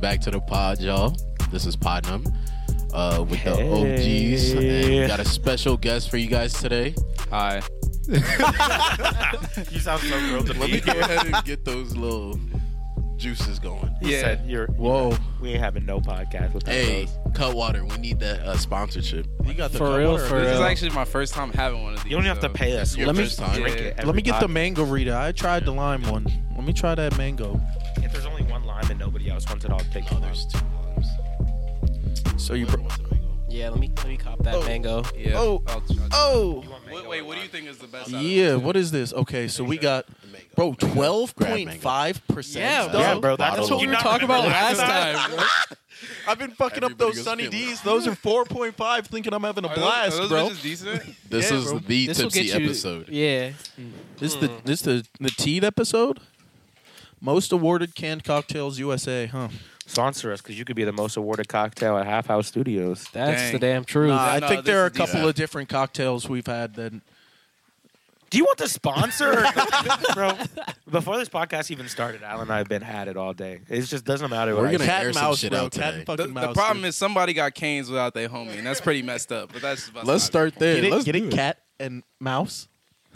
back to the pod, y'all. This is Podnum uh, with the OGs, and we got a special guest for you guys today. Hi. You sound so thrilled to Let be me go here. ahead and get those little juices going. He Yeah. said you're. Whoa. We ain't having no podcast with Hey, those. Cutwater, we need that uh, sponsorship. You got the For cup real, water. for This is real. actually my first time having one of these. You don't have to so- pay us. Your We'll Let me- just first time. drink it every Let me get the podcast. mango Rita. I tried the lime one. Let me try that mango. If there's only one lime and nobody else wants it, I'll take Oh, the lime. there's two limes. So you. What- what's the mango? Yeah, let me let me cop that mango. Yeah. Oh. I'll try- Oh. You want mango Wait, or wait, what do you lime? think is the best? out of Yeah. What is this? Okay. So we got, The mango. bro, Mango. twelve Grab point mango. five percent. Yeah, Yeah, Bottle bro. That's of what we it. were talking about last time, bro. I've been fucking up Everybody those goes Sunny killer. D's. Those are four point five, thinking I'm having a Are those- blast, are those bro. bitches decent? This Yeah, is bro. the This will tipsy get you. episode. Yeah. This the this the the teed episode. Most awarded canned cocktails USA, huh? Sponsor us because you could be the most awarded cocktail at Half House Studios. That's Dang. the damn truth. Nah, I no, think this there are a is decent. couple of different cocktails we've had that Do you want the sponsor? Bro, before this podcast even started, Alan and I have been had it all day. It just doesn't matter. We're what I gonna say. cat air and some mouse, shit bro. out Cat today. and The, fucking the mouse. problem is somebody got canes without their homie, and that's pretty messed up. But that's about let's start there. Get it- let's get get it, it, cat and mouse.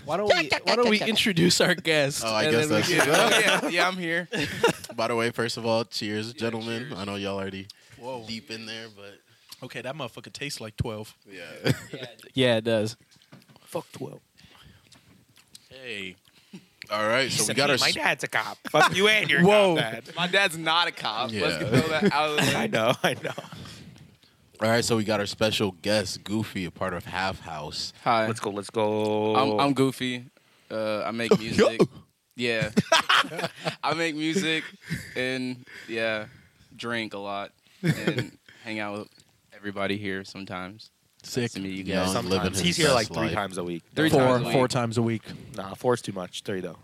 why don't we why don't we introduce our guest? Oh, I and guess then we that's get- Yeah, oh, yeah, yeah, I'm here. By the way, first of all, cheers, gentlemen. cheers. I know y'all already Whoa. deep in there, but Okay, that motherfucker tastes like twelve. yeah. Yeah, it does. fuck 12. hey. All right, so we Except got me, our my dad's a cop. Fuck you and your cop Whoa. dad. My dad's not a cop. Let's Yeah. get throw that out of the I way. know, I know. all right, so we got our special guest Goofy, a part of Half House. Hi. Let's go, let's go. I'm, I'm goofy. Uh, I make music. yeah. I make music and yeah, drink a lot and hang out with everybody here sometimes. Sick. Nice to meet you Yeah, guys. I'm living sometimes. his He's here like best three life. times a week. Three Four times a four week. times a week. Nah, four's too much. Three though.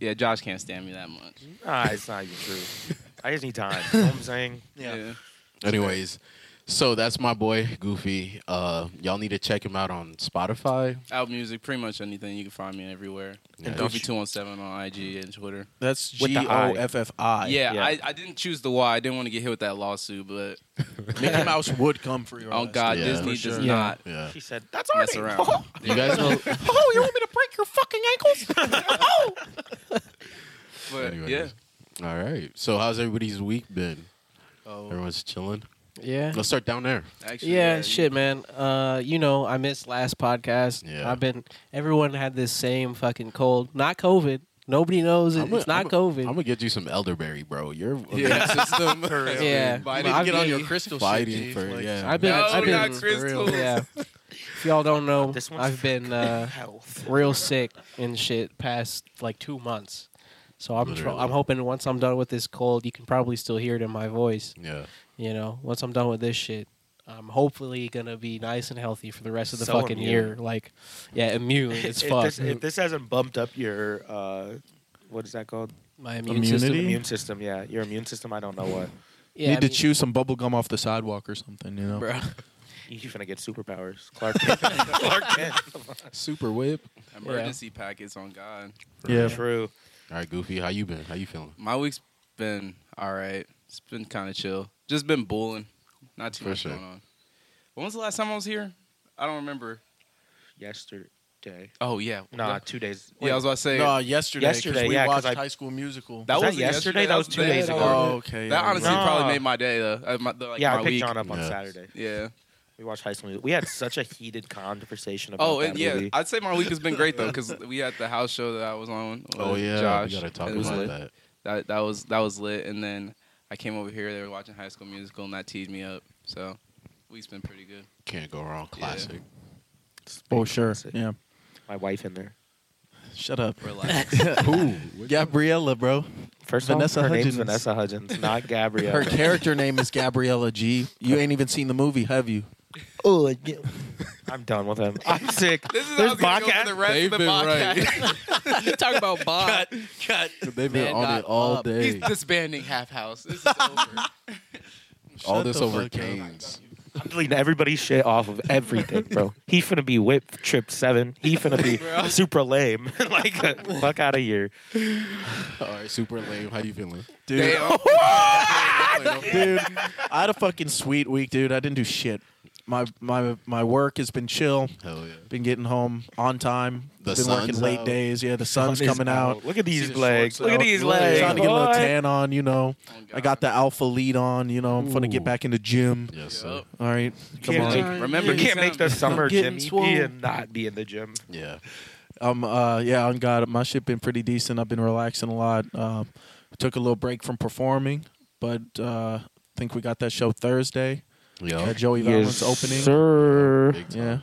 Yeah, Josh can't stand me that much. Ah, it's not even true. I just need time. You know what I'm saying? Anyways, so that's my boy Goofy. Uh, y'all need to check him out on Spotify. Out music, pretty much anything. You can find me everywhere. Yeah. Goofy two one seven on IG and Twitter. That's With G the O eye. F F I. yeah, yeah. I, I didn't choose the Y. I didn't want to get hit with that lawsuit, but Mickey Mouse would come for your. oh ass. God, Yeah. Disney For sure. does Yeah. not Yeah, She said, "That's our mess name." around. you guys know. Oh, you want me to break your fucking ankles? But Anyways. yeah, All right, so how's everybody's week been? oh, Everyone's chilling. Yeah. Let's start down there. actually, Yeah, you- shit, man. Uh, you know, I missed last podcast. Yeah. I've been. Everyone had this same fucking cold. Not COVID. Nobody knows it. I'ma- it's not I'ma- COVID. I'm gonna get you some elderberry, bro. Your Yeah. immune system has Yeah. been Vitamin fighting- D. crystal fighting G. for Like, yeah. I've been. No, I've been. not crystals. Yeah. If y'all don't know, This one's I've been uh, Health. real sick and shit past like two months. So I'm tr- Literally. I'm hoping once I'm done with this cold, you can probably still hear it in my voice. yeah. You know, once I'm done with this shit, I'm hopefully gonna be nice and healthy for the rest of the So fucking immune. year. Like, yeah, immune as if, fuck. This, if this hasn't bumped up your, uh, what is that called? my immune Immunity? system. Immune system. Yeah, your immune system. I don't know what. Yeah, Need I to mean, chew some bubble gum off the sidewalk or something, you know. bro. You're gonna get superpowers, Clark. Kent. Clark Kent. Super whip. emergency packets on God. Yeah. True. All right, Goofy, how you been? How you feeling? My week's been all right. It's been kind of chill. Just been bowling. Not too For much sure. going on. When was the last time I was here? I don't remember. Yesterday. Oh yeah, Nah, Yeah. two days. Yeah, I was about to say No, yesterday. 'cause Yesterday, we yeah, 'cause watched I- High School Musical. that was that was yesterday? That was two days ago. oh, okay. That yeah, honestly right. No. probably made my day though. Uh, my- the, like, yeah, I my picked week. John up on Yeah. Saturday. Yeah. We watched High School Musical. We had such a heated conversation about Oh, that and yeah. movie. I'd say my week has been great though because we had the house show that I was on. with Oh yeah, Uh, Josh. we gotta talk It was about lit. that. That that was that was lit. And then I came over here. They were watching High School Musical, and that teed me up. So week's been pretty good. Can't go wrong. Classic. Oh, sure. Classic. Yeah. My wife in there. Shut up. Relax. Who? Gabriella, bro. First Vanessa Vanessa off, her Hudgens. name's Vanessa Hudgens, not Gabrielle. Her character name is Gabriella G. You ain't even seen the movie, have you? Oh, yeah. I'm done with him. I'm sick. This is There's how it's gonna go for podcast. the rest They've of the been podcast. you talk about Bob. They've been Man on got it all up. He's day. disbanding Half House. This is over. All Shut this the over fuck up. Canes. I'm deleting everybody's shit off of everything, bro. He finna be whip trip seven. He finna be super lame. like, uh, fuck out of here. Oh, All right, super lame. How you feeling? Dude. Damn. dude. I had a fucking sweet week, dude. I didn't do shit. My my my work has been chill. Hell yeah. Been getting home on time. The been working sun's late out. days. Yeah, the sun's Sun is coming out. Look at See these the legs. shorts Look at out. these Really legs. Trying to get a little boy. tan on, you know. Oh, God. I got the alpha lead on, you know. I'm going to Ooh. get back in the gym. Yes, sir. Yup. All right. Come Can't on. make- Remember, You can't make the summer getting gym swole. and not be in the gym. Yeah. Um. Uh. Yeah. On God, my shit been pretty decent. I've been relaxing a lot. Um. took a little break from performing, but uh, think we got that show Thursday. Yeah. That Joey Valance opening. Sir. Big time. Yeah.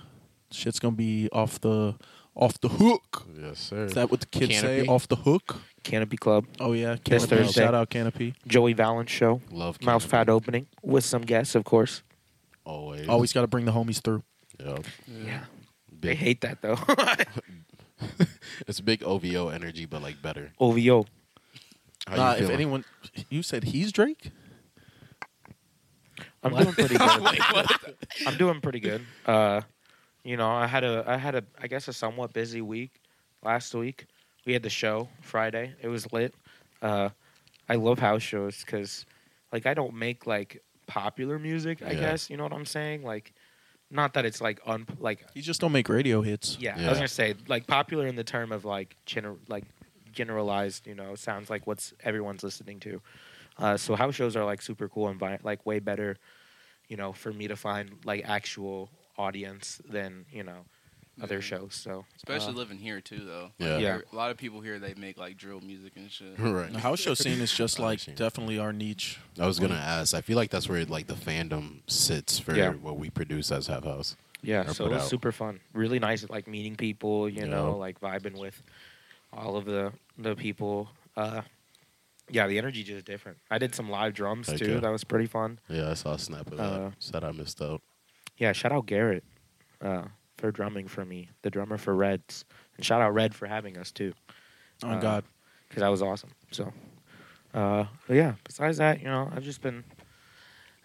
Shit's gonna be off the off the hook. Yes, sir. Is that what the kids say? Canopy? Off the hook. Canopy Club, Oh yeah. This Canopy. Thursday. Shout out Canopy. Joey Valance show, Love Mouth Canopy. Fat opening with some guests, of course. Always. Always got to bring the homies through. Yup. Yeah. They Big- hate that though. It's big OVO energy, but like better. OVO. How you Uh, if feeling? anyone, you said he's Drake. I'm What? doing pretty good. I'm doing pretty good. Uh, you know, I had a, I had a, I guess a somewhat busy week last week. We had the show Friday. It was lit. Uh, I love house shows because, like, I don't make like popular music. I Yeah. guess you know what I'm saying. Like, not that it's like un, like, He just don't make radio hits. yeah, I Yeah. was gonna say like popular in the term of like gener- like generalized. You know, sounds like what's everyone's listening to. Uh, so house shows are like super cool and vi- like way better. You know, for me to find like actual audience than you know other Mhm. Mm-hmm. shows. So Especially uh, living here too, though. Yeah. Yeah. A lot of people here they make like drill music and shit. Right. The house show scene is just House like scene. definitely our niche. I was gonna ask. I feel like that's where like the fandom sits for Yeah. what we produce as Half House. yeah, Or so put it was out. super fun. Really nice, like meeting people. You Yeah. know, like vibing with all of the the people. Uh, yeah, the energy just different. I did some live drums Heck too. yeah. That was pretty fun. Yeah, I saw a snap of that. Uh, Said I missed out. Yeah, shout out Garrett uh, for drumming for me, the drummer for Reds, and shout out Red for having us too, Oh Uh, God, because that was awesome. So, uh, but yeah. Besides that, you know, I've just been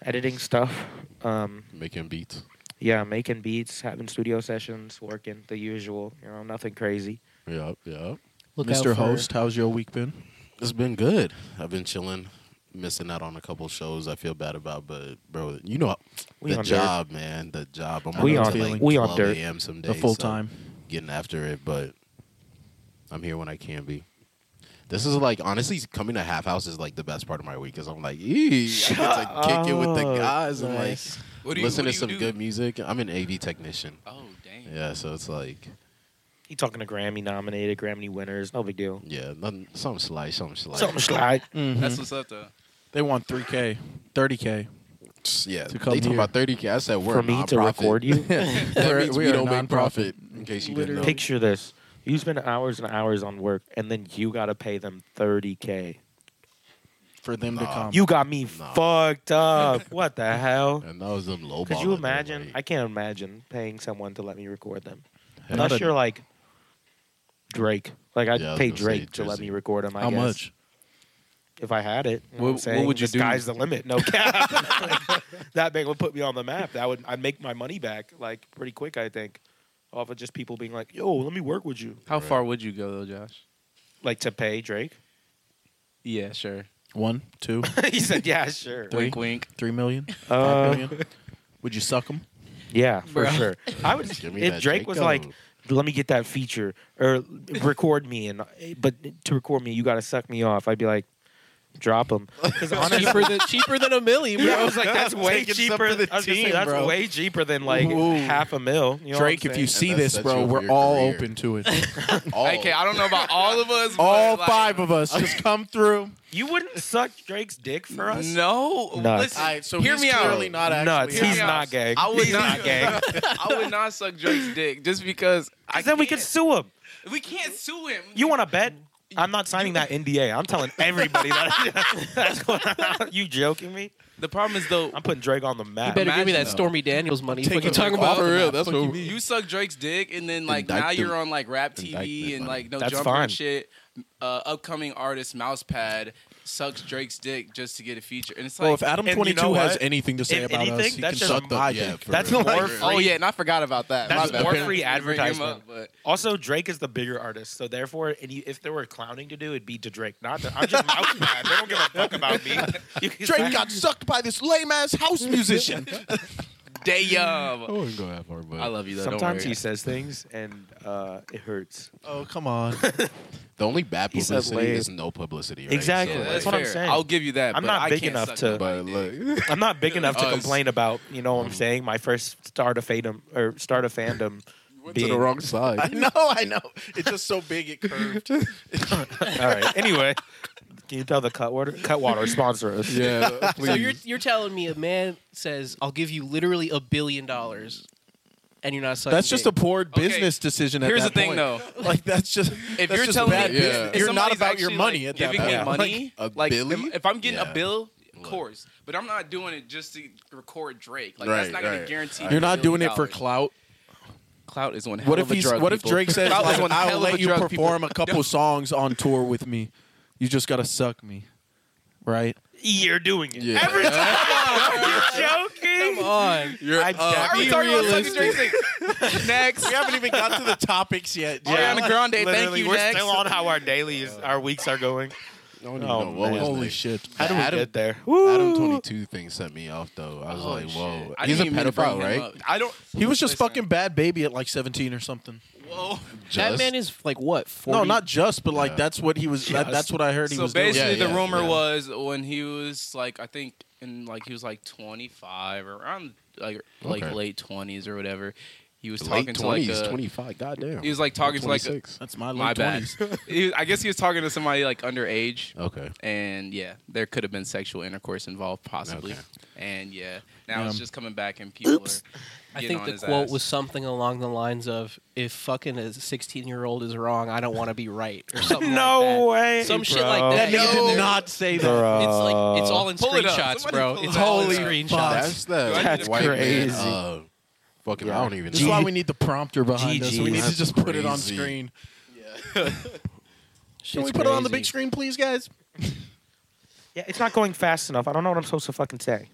editing stuff. Um, Making beats. yeah, making beats, having studio sessions, working the usual. You know, nothing crazy. Yup, yup. Look out Mr. for- Host, how's your week been? It's been good. I've been chilling, missing out on a couple shows. I feel bad about, but bro, you know We the on dirt. job, man. The job. I'm We up on- to like we on 12 dirt. a.m. some The days. full so time. getting after it, but I'm here when I can be. This is like honestly coming to Half House is like the best part of my week because I'm like, ee, I get to kick it with the up. guys and like Nice. What do you listen what to do you some do? good music. I'm an AV technician. Oh dang. Yeah, so it's like, You talking to Grammy nominated, Grammy winners? No big deal. yeah, nothing, something slight, something slight. Something slide. That's what's up though. Mm-hmm. They want 3K, 30K. Yeah, To come they talking here. about 30K. I said we're For a me to nonprofit. record you? that We're- means we we, are don't make nonprofit. profit, in case you didn't know. Literally. Picture this: you spend hours and hours on work, and then you gotta pay them thirty k. for them to Nah. come. You got me Nah. fucked up. what the hell? and that was them low Could you imagine? I can't imagine paying someone to let me record them. Not Unless a- you're like Drake. Like I'd Yeah, I was pay gonna say Drake to let Drizzy. me record him. I How guess. much? If I had it, you know What- what, I'm what saying? would you the do? Sky's the limit. No cap. Like, that thing would put me on the map. That would I'd make my money back like pretty quick. I think off of just people being like, "Yo, let me work with you," How Right. far would you go though, Josh? like to pay Drake. Yeah, sure. One, two, he said, "Yeah, sure." Three. Wink, wink. three million, Uh, five million. Would you suck them? Yeah, for Bro. sure. I would. Give me if that Drake was like, Draco. "Let me get that feature or record me," and but to record me, you got to suck me off. I'd be like, "Drop him." Because honestly, cheaper than cheaper than a milli, bro. yeah, I was like, "That's way Taking some cheaper." for the I was gonna say, team, that's bro. way cheaper than like Ooh. half a mil. You know what Drake, I'm if you saying? see that's- this, that's bro, your- we're your all career. open to it. all, Okay, I don't know about all of us. but, all like- five of us, just come through. you wouldn't suck Drake's dick for us. No, Nuts. listen. Alright, so hear he's me out. clearly not actually Nuts. out. He's Yeah. not gay. I would He's not- not gay. I would not suck Drake's dick just because. I Because then we could can't. sue him. We can't sue him. You want to bet? I'm not signing that NDA. I'm telling everybody that. that's what, you joking me? the problem is though. I'm putting Drake on the map. You better give Imagine me that though. Stormy Daniels money. What you Taking talking Drake about? off the real, map. that's Fuck what you we- mean? You suck Drake's dick, and then like Indictment. now you're on like rap Indictment, TV and buddy. like no That's jumper fine. and shit. Uh, upcoming artist Mousepad sucks Drake's dick just to get a feature, and it's like, well, if Adam and you Twenty Two know has what? anything to say If about us, anything, he that's can just suck the my yeah, dick. for That's real. real. more Like, free. oh yeah, and I forgot about that. That's My bad. more free Didn't bring him advertisement. up, but Also, Drake is the bigger artist, so therefore, any if there were clowning to do, it'd be to Drake. Not to, I'm just mouth mad. They don't give a fuck about me. You can Drake got sucked by this lame ass house musician. damn, wouldn't go that far, but I love you. Though, don't Sometimes worry. he says things and uh, it hurts. Oh come on. the only bad He said publicity lame. is no publicity. Right? Exactly. So, Yeah, like, That's what I'm fair. saying. I'll give you that. I'm but not I big can't enough suck to- my But dick. look, I'm not big enough to Oh, it's- complain about you know what I'm saying. My first start of fandom or start of fandom. went to being, the wrong side. I know, I know. It's just so big it curved. All right. Anyway, can you tell the Cutwater Cutwater sponsor us? yeah, So you're you're telling me a man says, "I'll give you literally a billion dollars," and you're not sucking. That's just a dick. poor business decision. At Here's that the thing, point. though. Like that's just If that's you're just telling bad me- business. if you're not somebody's about your actually, money like, at that giving point. me money, Like, like, a billion? If, if I'm getting Yeah. a bill, of Look. course, but I'm not doing it just to record Drake. Like Right, that's not gonna right. guarantee. Right. me You're a not doing billion it for dollars. clout. Clout is one hell What of if a he's? drug, What if people. Drake says, Clout is like, one "I will hell of let a you drug, people." perform a couple songs on tour with me. You just gotta suck me, right?" You're doing it. Yeah. Every time. You're joking. Come on. You're I Why are we be talking about sucking Drake's dick? Next. We haven't even got to the topics yet. Yeah. Ariana Grande, thank Literally, you, We're next. still on how our dailies, our weeks are going. Oh, man. holy Holy shit. shit! How do we Adam- get there? Adam 22 thing set me off though. I was like, Holy Oh, shit. whoa. I He's a didn't even bring pedophile, him right? up. I don't. He was just Listen. fucking bad baby at like 17 or something. Whoa. Just- That man is like what? 40? No, not just, but like Yeah. that's what he was. That, Just. that's what I heard he So was doing. basically, Yeah, the yeah, rumor yeah. was when he was like, I think, in like he was like 25 or around like like Okay. late 20s or whatever. He was late talking to like 20s, a, 25. Goddamn. he was like talking to like a, 26. That's my late my bad. 20s. He- I guess he was talking to somebody like underage, Okay. and yeah, there could have been sexual intercourse involved possibly. Okay. And yeah, now it's Yeah. just coming back and people. Oops. Are I getting think on the his quote ass. was something along the lines of, "If fucking a 16 year old is wrong, I don't want to be right," or something. no like way. that. Some shit bro. like that. That nigga No. did not say that. Bro. It's like it's all in Pull it up. screenshots, Somebody bro. pull It's it up. all in Holy screenshots. That's the That's white man, crazy. uh, fucking, I don't even This is know. why we need the prompter behind us. GG. We need to That's just put it on crazy. screen. Shit's crazy. screen, please, guys? Yeah, it's not going fast enough. I don't know what I'm supposed to fucking say.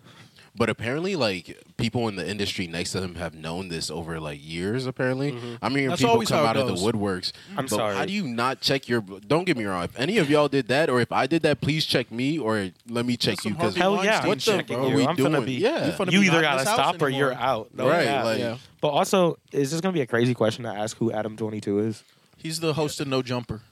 But apparently, like people in the industry next to him have known this over like years. Apparently, I'm hearing That's people always come how it out of goes. the woodworks. I'm but sorry. How do you not check your? Don't get me wrong. If any of y'all did that, or if I did that, please check me, or let me check That's you some because Harvey Hell yeah. Weinstein What the shit, fuck bro. are we I'm doing? finna be- yeah, You finna You be either not in gotta this house stop or anymore. you're out. No, right. yeah. Like, Yeah. But also, is this gonna be a crazy question to ask who Adam 22 is? He's the host of No Jumper.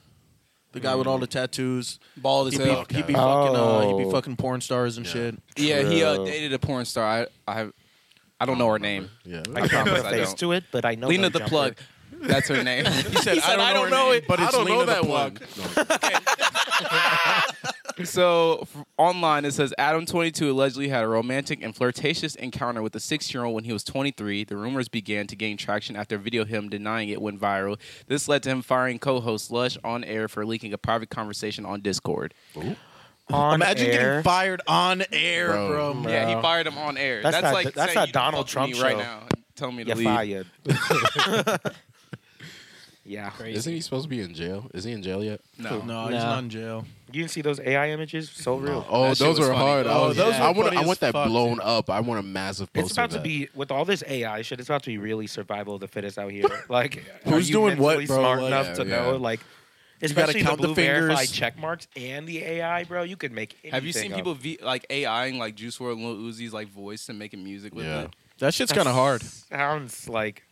The guy with all the tattoos. bald as He'd be, hell. he be fucking. Okay. Uh, he be Oh. fucking porn stars and Yeah. shit. Yeah, he uh, True. dated a porn star. I I, have, I don't know her name. yeah. I can't promise put a I face don't. to it, but I know. Lena no the jumper. plug. That's her name. he said, "I don't know her name, but I it's don't Lena know the that Plug." one. So f- online it says Adam 22 allegedly had a romantic and flirtatious encounter with a 6-year-old when he was 23. The rumors began to gain traction after a video of him denying it went viral. This led to him firing co-host Lush on air for leaking a private conversation on Discord. On Imagine air. getting fired on air, Bro. bro. Yeah, Wow. he fired him on air. That's That's, that- like that's saying that you Donald fuck with me Trump right show. now. and Tell me to You're leave. fired. yeah. Crazy. Isn't he supposed to be in jail? Is he in jail yet? No. No, he's Nah. not in jail. You didn't see those AI images? So real. Oh, That shit those was are funny. hard. Oh, Oh, those. those I were want. funny I as want that fuck, blown up. I want a massive poster. It's about of to that. be with all this AI shit. It's about to be really survival of the fittest out here. Like, Who's are you doing what, mentally bro? Smart Like- enough to Yeah, yeah. know, like, gotta especially count the the blue verified fingers. check marks and the AI, bro. You could make. Anything Have you seen up. people v- like AIing like Juice WRLD and Lil Uzi's like voice and making music with Yeah. it? That shit's kind of hard. Sounds like.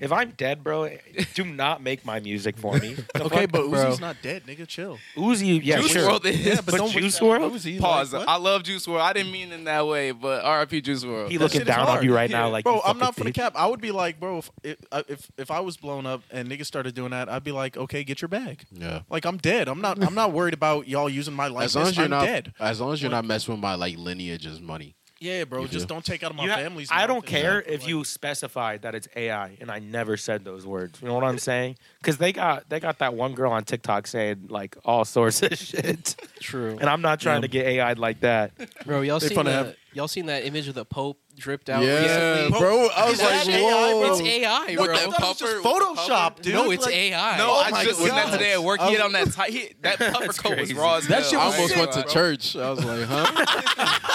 If I'm dead, bro, do not make my music for me. The Okay, fuck, but bro. Uzi's not dead, nigga. Chill. Uzi, yeah, Juice sure. WRLD is. Yeah, but, But don't Juice WRLD? Uzi, like, Pause. what? I love Juice World. I didn't mean in that way, but RIP Juice World. He That looking shit is down hard. on you right now, like bro, you I'm not fucking for the bitch. cap. I would be like, bro, if if uh, if, if I was blown up and niggas started doing that, I'd be like, okay, get your bag. Yeah. Like I'm dead. I'm not. I'm not worried about y'all using my life. As long as you're I'm not. dead. As long as you're not messing with my like lineage as money. Yeah, bro. You Just feel? don't take out of my You ha- family's. I mouth don't and- care Yeah. if you specified that it's AI, and I never said those words. You know what I'm saying? Because they got they got that one girl on TikTok saying like all sorts of shit, True. and I'm not trying to get AI'd like that. Bro, y'all They seen fun to the, have- y'all seen that image of the Pope dripped out Yeah, recently? bro. I was Is like, that AI? whoa. It's AI, What bro. the fuck? Puffer- Photoshop, dude. no, it's Like, AI. No, Oh I my just went God. out today at work. He I had on that tight. He, that puffer That's coat was crazy. raw as That hell. shit I was almost ain't went to gonna lie, church. I was like, huh?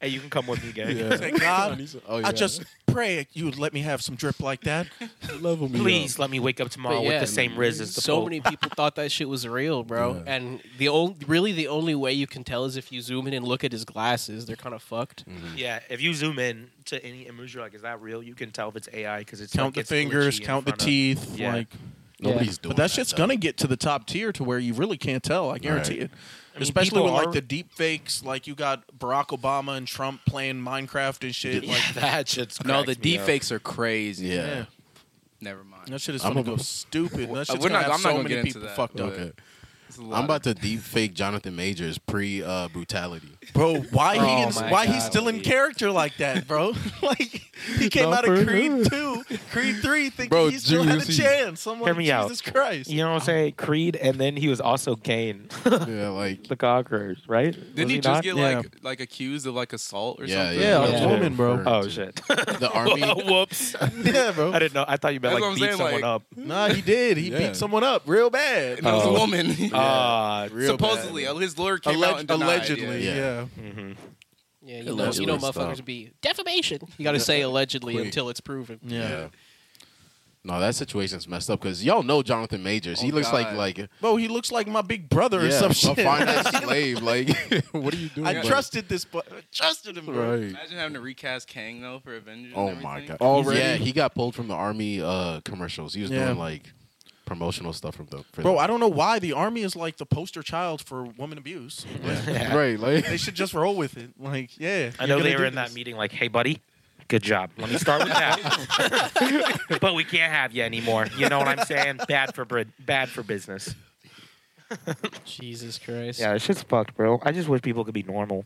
Hey, you can come with me, gang. Thank God. oh, I just pray you would let me have some drip like that. love him. Please let me wake up But tomorrow yeah, mm-hmm. with the same riz as the so Pope. many people thought that shit was real, bro. Yeah. And the only, really, the only way you can tell is if you zoom in and look at his glasses. They're kind of fucked. Mm. Mm-hmm. Yeah, if you zoom in to any image, you're like, is that real? You can tell if it's AI because it's Count like, the it's fingers, glitchy in count the front of- teeth. Yeah. Like, Nobody's doing but that shit's though. gonna get to the top tier to where you really can't tell. I guarantee Right. it. I mean, Especially people with are- like the deep fakes, like you got Barack Obama and Trump playing Minecraft and shit. Yeah, Like that shit's No, the cracks me deep up. fakes are crazy. Yeah. Yeah. Never mind. that shit is I'm gonna gonna go go- stupid. That Uh, shit's we're gonna not- have I'm not so gonna many get into people that, fucked up. but- Okay. It's a lot I'm of- about to deep fake Jonathan Majors pre uh, brutality. Bro, why Oh he didn't, my why he's God, still in dude. character like that, bro? like he came Not out of for Creed real. two, Creed three, thinking Bro, he still had a juicy. chance. I'm like, Hear me out. Jesus Christ. You know what I'm saying? Creed, and then he was also Kane, yeah, like the Conquerors, right? Didn't Was he, he just not? get Yeah. like like accused of like assault or yeah, something? Yeah, yeah, a yeah. woman, bro. Oh shit! The army. Whoops! Yeah, bro. I didn't know. I thought you meant That's what like I'm beat saying, someone like- up. Nah, he did. He Yeah. beat someone up real bad. And it was a Oh. woman. Ah, real bad. Supposedly, his lawyer came out Alleg- and denied, allegedly, yeah. yeah. mhm. Yeah, you know, you Allegedly know stuff. motherfuckers be defamation. You got to say allegedly Quick. until it's proven. Yeah. yeah. No, that situation's messed up because y'all know Jonathan Majors. he Oh, looks God. like like Bro, he looks like my big brother or yeah, some a shit. finance slave. Like, what are you doing? I bro? trusted this, bu- trusted him, bro. Right. Imagine having to recast Kang though for Avengers. Oh and my everything. god! Already? Yeah, he got pulled from the army uh, commercials. He was Yeah. doing like promotional stuff from the. For Bro, them. I don't know why the army is like the poster child for woman abuse. Yeah. right? they Like, should just roll with it. Like, yeah. I you're know gonna they were do in that this. meeting. Like, hey, buddy, good job. Let me start with that. but we can't have you anymore. You know what I'm saying? Bad for bri- bad for business. Jesus Christ. Yeah, this shit's fucked, bro. I just wish people could be normal.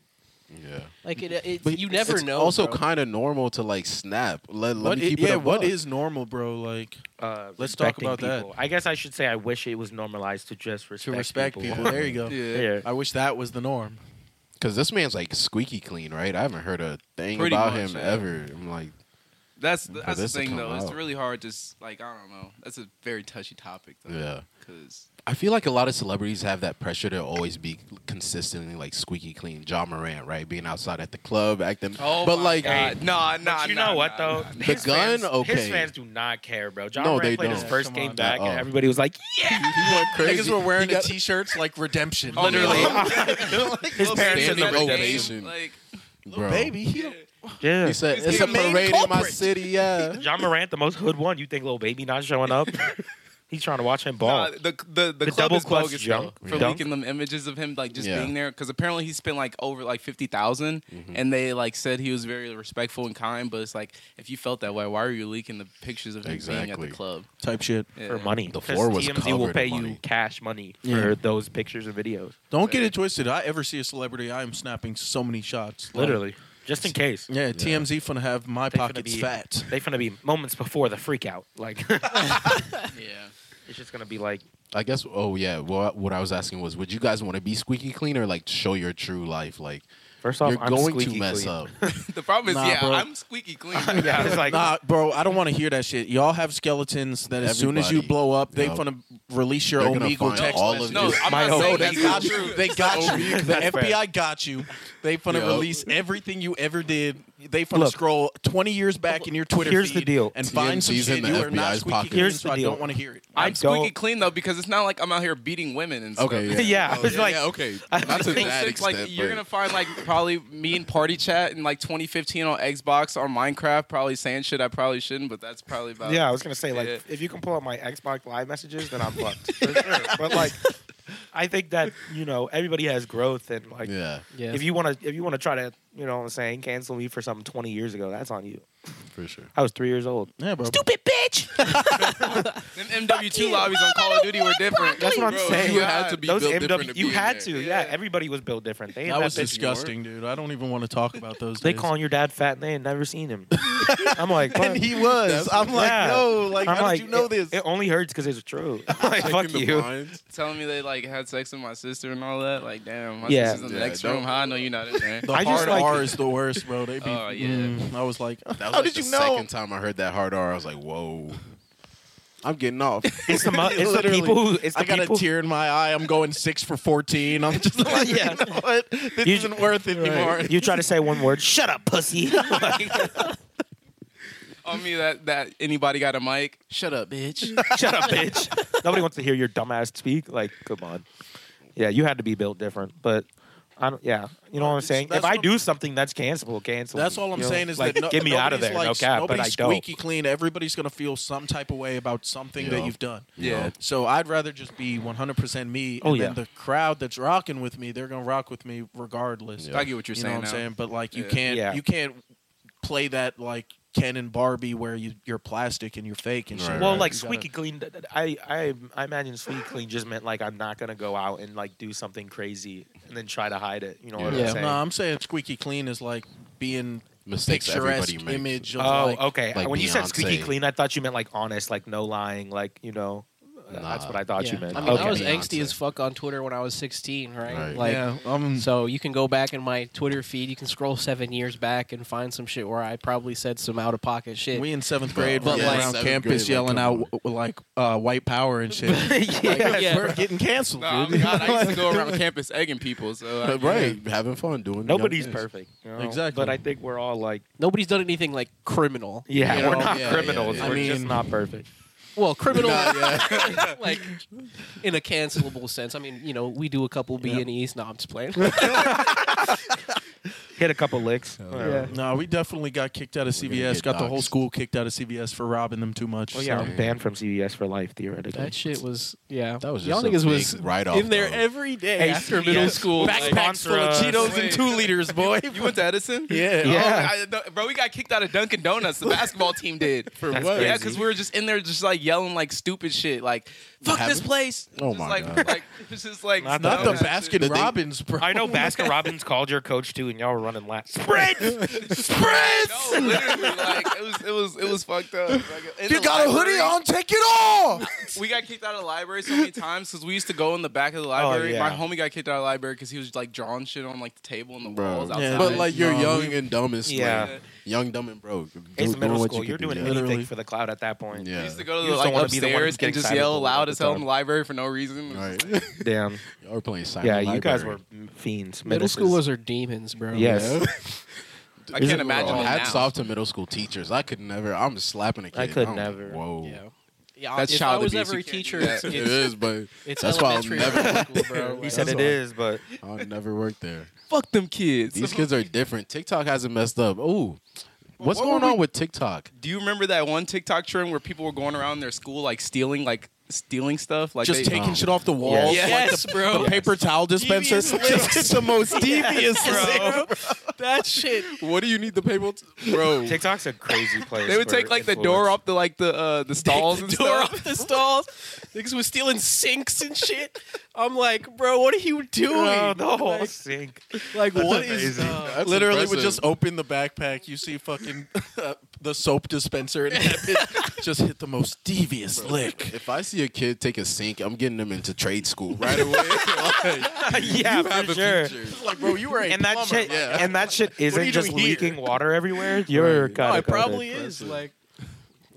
yeah. Like it, it But you never it's know. Also, bro. kind of normal to like snap. Let, let What me i- keep it yeah, above. what is normal, bro? Like Uh, Let's talk respecting about that. people. I guess I should say I wish it was normalized to just to respect respect people. There you go. Yeah. Yeah. I wish that was the norm. Because this man's like squeaky clean, right? I haven't heard a thing Pretty about much, him yeah. ever. I'm like, That's For that's the this to thing come though. It's out. really hard. to s like I don't know. That's a very touchy topic though. yeah. Because I feel like a lot of celebrities have that pressure to always be consistently like squeaky clean. John Moran, right? Being outside at the club, acting. oh but my like, God. nah, But nah. you nah, know what nah, though? nah. The gun? fans, Okay. His fans do not care, bro. John No, Moran they played his don't. first Come game on. back, Oh. and everybody was like, "Yeah!" he went Niggas were wearing He the got- t-shirts like redemption. Literally. His Little parents standing said no redemption. ovation. Like, Bro. Little baby, he a- Yeah. He said, He's "It's the a main parade in my culprit." city." Yeah. John Morant, the most hood one. You think little baby not showing up? He's trying to watch him ball. Nah, the the the, The club double is clutch bogus jump, though, for dunk. leaking them images of him like just Yeah. Mm-hmm. being there because apparently he spent like over like fifty and they like said he was very respectful and kind, but it's like if you felt that way, why are you leaking the pictures of him being at Exactly. the club type shit. Yeah. for money. The 'Cause floor was TMZ will covered pay in you money. cash money for Yeah. those pictures and videos. Don't get it twisted. I ever see a celebrity, I am snapping so many shots. Like, Literally, just in case. yeah, TMZ finna have my They finna pockets be- fat. They finna be moments before the freak out. Like Yeah, it's just gonna be like I guess. Oh yeah. Well, what I was asking was, would you guys want to be squeaky clean or like show your true life? Like first off, you're I'm going to squeaky mess clean. up. the problem is, Nah, yeah, bro. I'm squeaky clean. yeah, I was like, nah, bro, I don't want to hear that shit. Y'all have skeletons that as soon as you Everybody. blow up, they Yup. finna release your They're gonna Omegle find text all of messages. No, I'm My not saying own- that's they not got true. you. They got you. The That's fair. FBI got you. They finna Yup. release everything you ever did. They finna Look. scroll 20 years back in your Twitter Here's the feed deal. and find some TMZ's shit in the you are not FBI's squeaky pocket. clean, Here's so the I deal. don't want to hear it. I I'm squeaky don't- clean though because it's not like I'm out here beating women and stuff. Okay. Yeah. yeah, I was Oh, Yeah, like, yeah, okay. I Not to think that Since, extent. like you're but- gonna find like probably me in party chat in like 2015 on Xbox on Minecraft, probably saying shit I probably shouldn't, but that's probably about. Yeah, I was gonna say like Yeah. if you can pull up my Xbox Live messages, then I'm fucked. for sure. But like, I think that you know everybody has growth and like Yeah, yeah. if you want to if you want to try to you know what I'm saying cancel me for something 20 years ago, that's on you. for sure. I was three years old. Yeah, bro. Stupid bitch. bitch. Them MW2 you. lobbies on Call of Duty were different. That's what I'm Bro, saying. you had to be Those built MW, different to you be in had there. to. Yeah. Yeah. everybody was built different. They That was bitch- disgusting, dude. I don't even want to talk about those. They days. calling your dad fat and they ain't never seen him. I'm like, and what? he was. I'm like, Yeah. no, like, I'm how like, did you know it, this? It only hurts because it's true. I'm like, Like, fuck in the you. blinds. Telling me they like had sex with my sister and all that. Like, damn, my Yeah. sister's in the Yeah, next don't- room. How I know you're not in there? The I just hard like- R is the worst, bro. They be. Oh, yeah. Mm. I was like, That was how like did the you know? Second time I heard that hard R, I was like, "Whoa, I'm getting off." It's the, mu- it's the Literally. people who. It's the I got people. a tear in my eye. I'm going six for fourteen. I'm just like, Yeah. you know what? This You- isn't worth it anymore. You try to say one word. Shut up, pussy. Like, on me that that anybody got a mic? Shut up, bitch. Shut up, bitch. Nobody wants to hear your dumbass speak. Like, come on. Yeah, you had to be built different, but. I don't, yeah, you know what I'm It's- saying. If that's I what- do something that's cancelable, cancel. That's me, all I'm you know? saying is like, that no, get me out of there, nobody's no like, cap. But I nobody's don't. Squeaky clean. Everybody's gonna feel some type of way about something that Yeah. you've done. Yeah. So I'd rather just be 100% me. Oh, and then yeah. the crowd that's rocking with me, they're gonna rock with me regardless. Yeah. I get what you're you know saying. what I'm now. saying? But like you Yeah. can't Yeah. you can't play that like Ken and Barbie where you you're plastic and you're fake and shit. Right, Well, right. like You gotta- squeaky clean, th- th- I, I I imagine squeaky clean just meant like I'm not gonna go out and like do something crazy and then try to hide it. You know what Yeah. I'm Yeah, saying? no, I'm saying squeaky clean is like being Mistakes picturesque everybody makes. image of oh, like okay. like when you said squeaky Beyonce. clean, I thought you meant like honest, like no lying, like you know. uh, That's Nah. what I thought Yeah. you meant. I mean, okay. I was Beyonce. angsty as fuck on Twitter when I was 16, right? Right. Like, yeah, um, so you can go back in my Twitter feed. You can scroll seven years back and find some shit where I probably said some out of pocket shit. we in seventh grade But running like- around Seventh campus grade, like, yelling come out on. w- w- like uh, white power and shit. Like, Yeah. Yeah. We're getting canceled, No, I, dude. mean, God, I used to go around campus egging people. So I, But right, having fun doing. young Nobody's things. perfect. you know? Exactly. But I think we're all like, Nobody's done anything like criminal. yeah, Yeah, we're not yeah, criminals. yeah, yeah. We're I just mean- not perfect. Well, criminal, Nah, like in a cancelable sense. I mean, you know, we do a couple B and E's. No, I'm just playing. Hit a couple licks. Yeah. No, we definitely got kicked out of We're gonna CVS. get Got the whole doxxed. school kicked out of CVS for robbing them too much. Well, yeah, so- I'm banned from CVS for life theoretically. Oh, that shit was yeah. That was just y'all a niggas big was write-off, in there though. every day Hey, after CVS middle school. will Like, Backpacks full of sponsor us. Cheetos and two liters, boy. you went to Edison? yeah. Yeah. Oh, I- bro, we got kicked out of Dunkin' Donuts. The basketball team did. For That's what? Yeah, crazy. because we were just in there, just like yelling like stupid shit, like "fuck this happened? place." Oh, Just my like, God. Like it's just like Not Not the Donuts. Baskin Did they- Robbins, bro. I know Baskin Robbins called your coach too, and y'all were running laps. No, literally, like it was, it was, it was fucked up. Like, in You the got a hoodie library- on, take it off. We got kicked out of the library so many times because we used to go in the back of the library. yeah. My homie got kicked out of the library because he was like drawing shit on like the table and the Bro, walls outside. Yeah. but like you're No, young and dumb as Yeah. like, young, dumb and broke. It's Doing middle what school. you You are could doing do, anything yeah. for the cloud at that point. We Yeah, used to go You to the, just don't like wanna be the one upstairs who's getting and just excited all yell the loud as hell in time. the library for no reason. right. Damn. Y'all were playing silent. Yeah, you guys were Library. fiends. middle menaces. schoolers are demons, bro. Yes. I Is it- can't imagine Bro, it Oh. hats now. off to middle school teachers. I could never. I'm slapping a kid. I could I'm never. Like, Whoa. Yeah. Yeah, That's if child I was abuse, ever you a can't do teacher, that. it's, It it's, is, but it's that's why I'll elementary never, middle school, bro. He Like, said That's it all. is, but I'll never work there. Fuck them kids. These kids are different. TikTok hasn't messed up. Ooh, what's What going were we- on with TikTok? Do you remember that one TikTok trend where people were going around their school like stealing, like stealing stuff, like Just they, taking No. shit off the walls. Yes. like Yes, the, bro. The paper towel dispenser. Devious little- Just the most devious, bro. that shit. What do you need the paper, t- bro? TikTok's a crazy place. They would for take like the influence. door off the like the uh, the stalls the and door stuff. off the stalls. Niggas was stealing sinks and shit. I'm like, bro, what are you doing? Bro, Oh, the whole Like- sink. Like what is? amazing. uh, That's literally, would impressive. just open the backpack. You see fucking uh, the soap dispenser, and that bitch just hit the most devious lick. If I see a kid take a sink, I'm getting them into trade school right away. Like, yeah, for sure. It's like, bro, you were a And that plumber. shit, Yeah. and that shit you isn't just doing here? leaking water everywhere. You're No, No, kind it probably is. Like,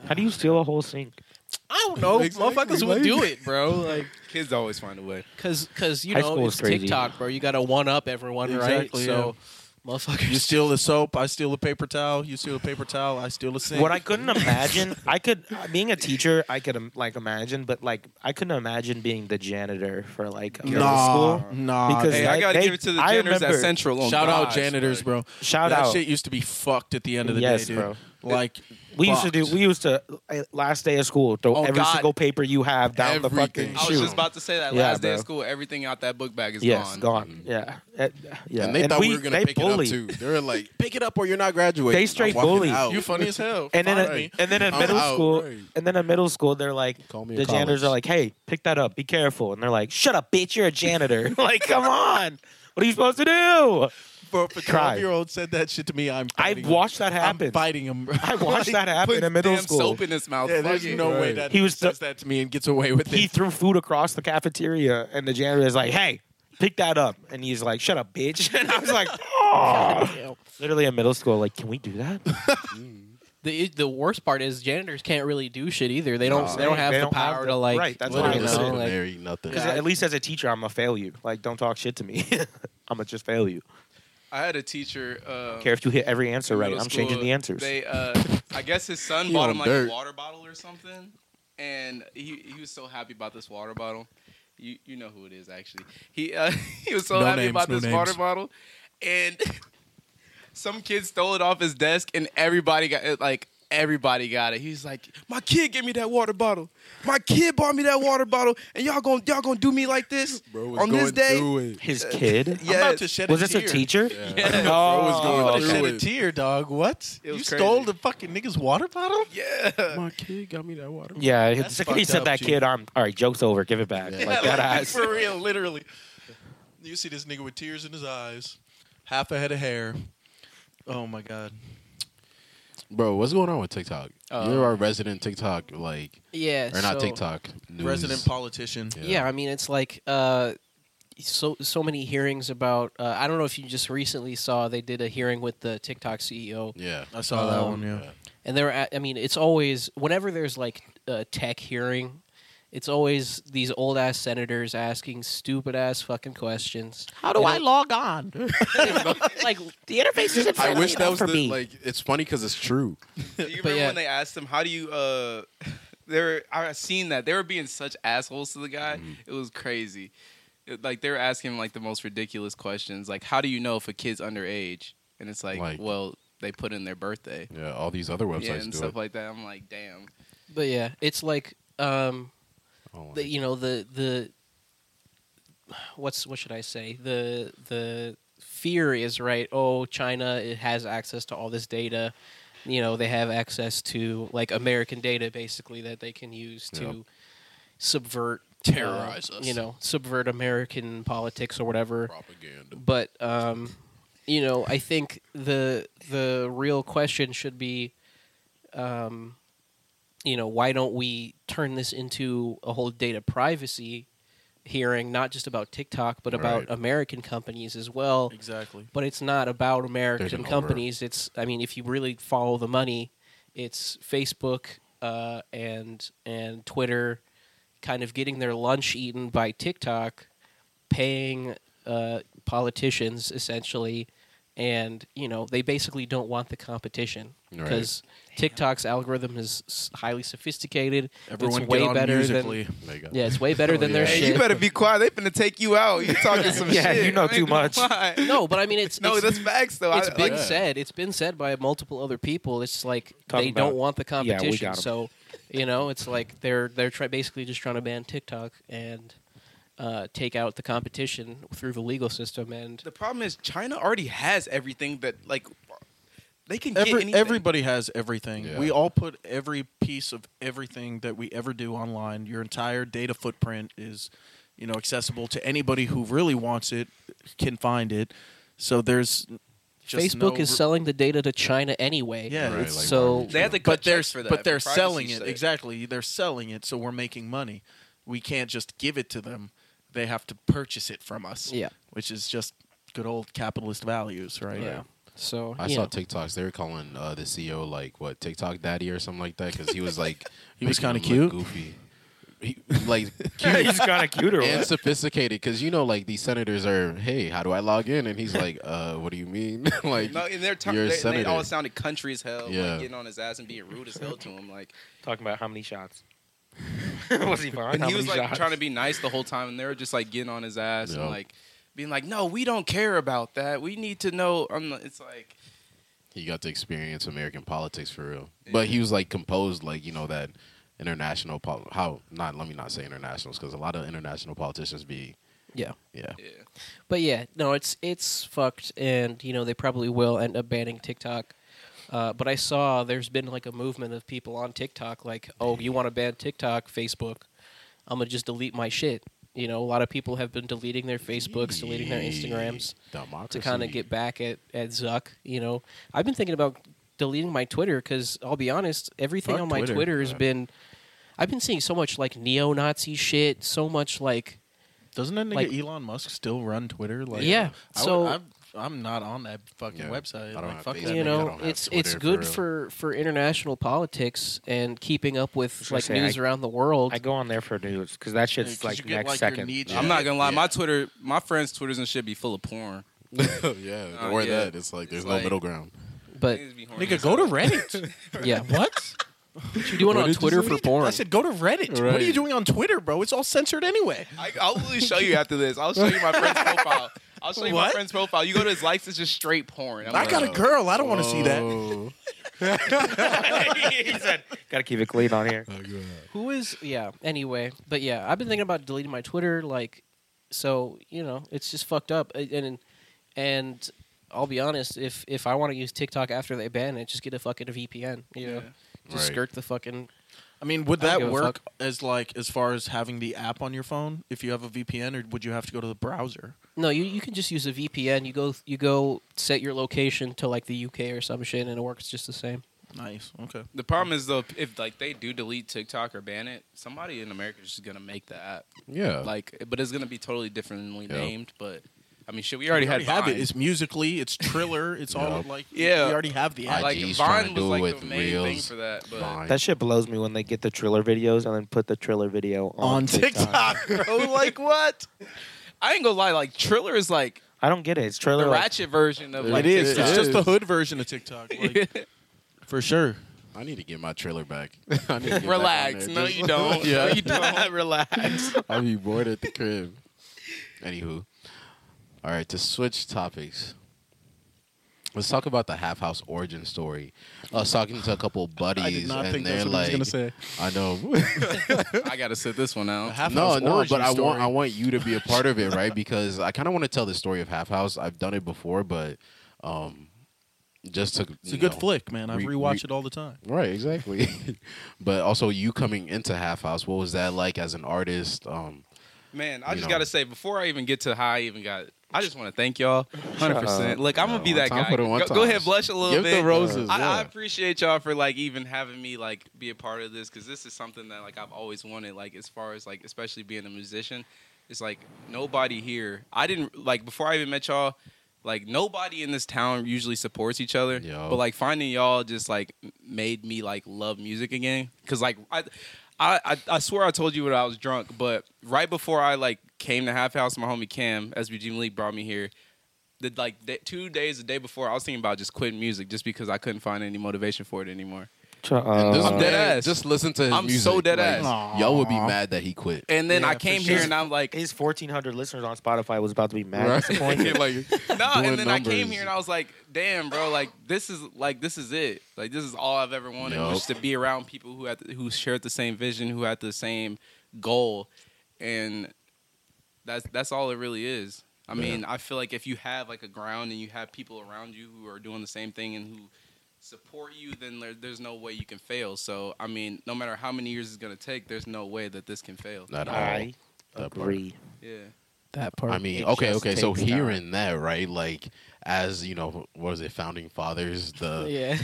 How do you steal a whole sink? I don't know. Exactly, Motherfuckers like- would do it, bro. Like, Kids always find a way. cause, cause you High know school it's is crazy. TikTok, bro. You gotta one up everyone, Exactly, right? So, motherfuckers. You steal the soap, I steal the paper towel. You steal the paper towel, I steal the sink. What I couldn't imagine, I could being a teacher, I could um, like imagine, but like I couldn't imagine being the janitor for like a middle nah, school. nah. Because dude. Hey, I Like, gotta they- give it to the I janitors at remember- Central. Oh, Shout out gosh, janitors, bro. bro. Shout that out. shit used to be fucked at the end of the Yes, day, dude. bro. Like We used to do. We used to uh, last day of school throw Oh, every God. single paper you have down the Everything. fucking I chute. was just about to say that Yeah, last day of bro. school, everything out that book bag is yes, gone. gone. Yeah, Uh, yeah. And they thought we, were they gonna pick bullied. it up too. They were like, "Pick it up or you're not graduating." They I'm straight walking bully. out. You funny as hell. And then, Fine. at- and then in I'm middle out. school, Right. and then in middle school, they're like, Call me a the janitors college. are like, "Hey, pick that up. Be careful." And they're like, "Shut up, bitch! You're a janitor. like, come on. What are you supposed to do?" For, for Cry. 12 year old said that shit to me. I'm. I fighting him. watched that happen. I'm fighting him. bro. I watched that happen in middle Damn school. soap in his mouth. Yeah, Fuck there's it. no way Right. that He he was says that to me and gets away with He it. threw food across the cafeteria, and the janitor is like, "Hey, pick that up." And he's like, "Shut up, bitch!" And I was like, "Oh." Literally in middle school, like, can we do that? The the worst part is janitors can't really do shit either. They don't No. they don't have They the don't have power the- to like right, that's you why I Literally know, sitting like- there, nothing. Because at least as a teacher, I'm gonna fail you. Like, don't talk shit to me. I'm gonna just fail you. I had a teacher. Uh, Care if you hit every answer in right. middle I'm school, changing the answers. They, uh, I guess his son He bought on him like dirt. a water bottle or something, and he he was so happy about this water bottle. You you know who it is actually. He uh, he was so No happy names, about no this water names. bottle, and some kid stole it off his desk, and everybody got it. Like everybody got it. He's like, my kid gave me that water bottle. My kid bought me that water bottle, and y'all gonna y'all gonna do me like this on this day. His kid. I'm about Yes. to shed Was a this a tear. teacher? Yeah. Oh, I'm about through to shed it. a tear, dog. What? It was you crazy. stole the fucking nigga's water bottle? Yeah. My kid got me that water. bottle. yeah. The That's second he fucked said up, that G. kid, I'm all right. Joke's over. Give it back. Yeah. Like that like, ass. for real, literally. You see this nigga with tears in his eyes, half a head of hair. Oh my god. Bro, what's going on with TikTok? Uh, You're our resident TikTok, like, yeah or not so- TikTok. News. Resident politician. Yeah. I mean, it's like uh, so so many hearings about. Uh, I don't know if you just recently saw they did a hearing with the TikTok CEO, Yeah. I saw that Um, one. Yeah. yeah. and they're. At, I mean, it's always whenever there's like a tech hearing, it's always these old ass senators asking stupid ass fucking questions. How do I log on? like, The interface isn't I wish that was the, like, it's funny because it's true. Do you But remember yeah. when they asked him, "How do you?" uh They were. I seen that they were being such assholes to the guy. It was crazy. It- like they were asking him like the most ridiculous questions, like "How do you know if a kid's underage?" And it's like, Like- well, they put in their birthday, Yeah, all these other websites yeah, do and it. stuff like that. I'm like, damn. but yeah, it's like um, Oh, the, you know the the what's what should I say the the fear is right oh China it has access to all this data you know they have access to like American data basically that they can use to Yep. subvert Terrorize uh, us. you know subvert American politics or whatever propaganda. but um, you know, I think the the real question should be, um, you know, why don't we turn this into a whole data privacy hearing, not just about TikTok, but about Right. American companies as well? Exactly. But it's not about American over- companies. It's, I mean, if you really follow the money, it's Facebook uh, and and Twitter, kind of getting their lunch eaten by TikTok, paying uh, politicians essentially, and you know they basically don't want the competition Right. because TikTok's algorithm is s- highly sophisticated. Everyone it's way way get on better musically. than There you go. yeah, it's way better Oh, than their yeah. Hey, shit. you better be quiet. They finna take you out. You talking some Yeah, shit? you know I ain't too gonna much. lie. no, but I mean it's no, it's, that's facts though. it's I, been like, said. It's been said by multiple other people. It's like Talking they don't about- want the we got 'em. competition. so, you know, it's like they're they're try- basically just trying to ban TikTok and uh, take out the competition through the legal system. And the problem is China already has everything that like they can get Every, anything. everybody has everything. Yeah. We all put every piece of everything that we ever do online. Your entire data footprint is, you know, accessible to anybody who really wants it, can find it. So there's just Facebook no is re- selling the data to China anyway. Yeah, Right, it's like, so- why would you They have do to it? cut but they're checks for that. but they're for selling privacy's it sake. exactly. They're selling it, so we're making money. We can't just give it to them. They have to purchase it from us. Yeah. which is just good old capitalist values, right? yeah. So I you saw know. TikToks. They were calling uh, the CEO like what TikTok daddy or something like that because he was like He was making kinda him look goofy, he, like cute He's kind of cute or and what? sophisticated. Because you know, like these senators are, hey, how do I log in? And he's like, uh, what do you mean? like, No, in their time, you're a they, they senator. all sounded country as hell, Yeah. like getting on his ass and being rude as hell to him. Like, Talking about how many shots. was he fine? and How he was many like shots? trying to be nice the whole time, and they were just like getting on his ass Yeah. and like being like, "No, we don't care about that. We need to know." I'm. not- It's like He got to experience American politics for real. But he was like composed, like you know that international pol- how not let me not say internationals because a lot of international politicians be Yeah. yeah Yeah. But yeah, no, it's it's fucked, and you know they probably will end up banning TikTok. Uh, but I saw there's been like a movement of people on TikTok, like, oh, you want to ban TikTok, Facebook? I'm gonna just delete my shit. You know, a lot of people have been deleting their Facebooks, deleting their Instagrams Democracy. to kind of get back at at Zuck. You know, I've been thinking about deleting my Twitter because I'll be honest, everything Fuck on my Twitter, Twitter, has man. been. I've been seeing so much like neo-Nazi shit, so much like Doesn't that nigga Like- Elon Musk still run Twitter? Like, Yeah, I would- so- I'm, I'm not on that fucking Yeah, website. I don't like, have fuck Facebook. that Yeah, you I don't know have it's Twitter it's for good real. for, for international politics and keeping up with gonna like say, I- news around the world I go on there for news because that shit's 'cause you like get, next like, your second. niche- I'm not gonna lie. Yeah. My Twitter, my friends' Twitters and shit be full of porn. yeah Oh, or yeah. that it's like there's It's no like- middle ground but Niggas be horny Nigga, as go to hell. Reddit. yeah what? what you doing What on did you twitter say? for porn I said, go to Reddit. What Right. are you doing on Twitter, bro? It's all censored anyway. I, I'll literally show you after this. I'll show you my friend's profile. I'll show you my What? friend's profile. You go to his likes, it's just straight porn. I'm I like, got a girl. I don't want to see that. Oh. he said, "Gotta keep it clean on here." who is yeah anyway but yeah i've been thinking about deleting my twitter like so you know it's just fucked up A- and and i'll be honest if if i want to use tiktok after they ban it just get a fucking vpn you know Yeah. just Right. skirt the fucking I mean, would that I don't give a work fuck. as like as far as having the app on your phone if you have a VPN, or would you have to go to the browser? No, you, you can just use a VPN. You go you go set your location to like the UK or some shit, and it works just the same. Nice. Okay. The problem is though, if like they do delete TikTok or ban it, somebody in America is just gonna make the app. yeah Like, but it's gonna be totally differently Yeah. named. But I mean, shit, we already We already had have it. Vine. It's musically. It's Triller. It's all Yup. like Yeah. We already have the app. like IG's trying to Vine do was it like with the main thing Reels. for that. But Vine. That shit blows me when they get the Triller videos and then put the Triller video on, on TikTok, bro. Like what? I ain't gonna lie, like Triller is like I don't get it. It's Triller. the like- ratchet version of like it is. it It's is. just the hood version of TikTok. Like, TikTok. for sure. I need to get my trailer back. I need to get back on Relax. there. No, Just- you don't. yeah, No, you don't. Relax. I'll be bored at the crib. Anywho, all right. To switch topics, let's talk about the Half House origin story. I was talking to a couple buddies, I did not and think they're that's what like, he was gonna say. "I know." I gotta sit this one out. Half no, House no, origin but I want story. I want you to be a part of it, right? Because I kind of want to tell the story of Half House. I've done it before, but um, just to It's a you good know, flick, man. I re- rewatch re- it all the time. Right, exactly. but also, you coming into Half House, what was that like as an artist? Um, Man, I you just know. gotta say before I even get to how I even got, I just want to thank y'all, hundred percent. Look, I'm gonna be One that time guy. for the one Go, go time. ahead, blush a little Give bit. the roses. I, I yeah. appreciate y'all for like even having me like be a part of this because this is something that like I've always wanted. Like as far as like especially being a musician, it's like nobody here. I didn't like before I even met y'all. Like nobody in this town usually supports each other, Yo. but like finding y'all just like m- made me like love music again. Cause like I, I, I, I swear I told you when I was drunk, but right before I like came to Half House, my homie Cam, SBG Malik brought me here. The like the, two days, the day before, I was thinking about just quitting music just because I couldn't find any motivation for it anymore. Uh, This I'm dead man, ass. Just listen to his I'm music. so dead like, ass. Y'all would be mad that he quit. And then Yeah, I for came sure. here and I'm like, his 1,400 listeners on Spotify was about to be mad. Right? disappointed. like, no. doing And then I came numbers. here and I was like, damn, bro, like this is like this is it. Like this is all I've ever wanted Yup. was to be around people who had who shared the same vision, who had the same goal, and that's that's all it really is. I Yeah. mean, I feel like if you have like a ground and you have people around you who are doing the same thing and who support you, then there, there's no way you can fail. So I mean, no matter how many years it's gonna take, there's no way that this can fail. Not all. I That part. agree. Yeah. That part. I mean, It okay, just okay. So takes time. hearing that, right? Like, as you know, what is it? Founding fathers. The uh, Yeah,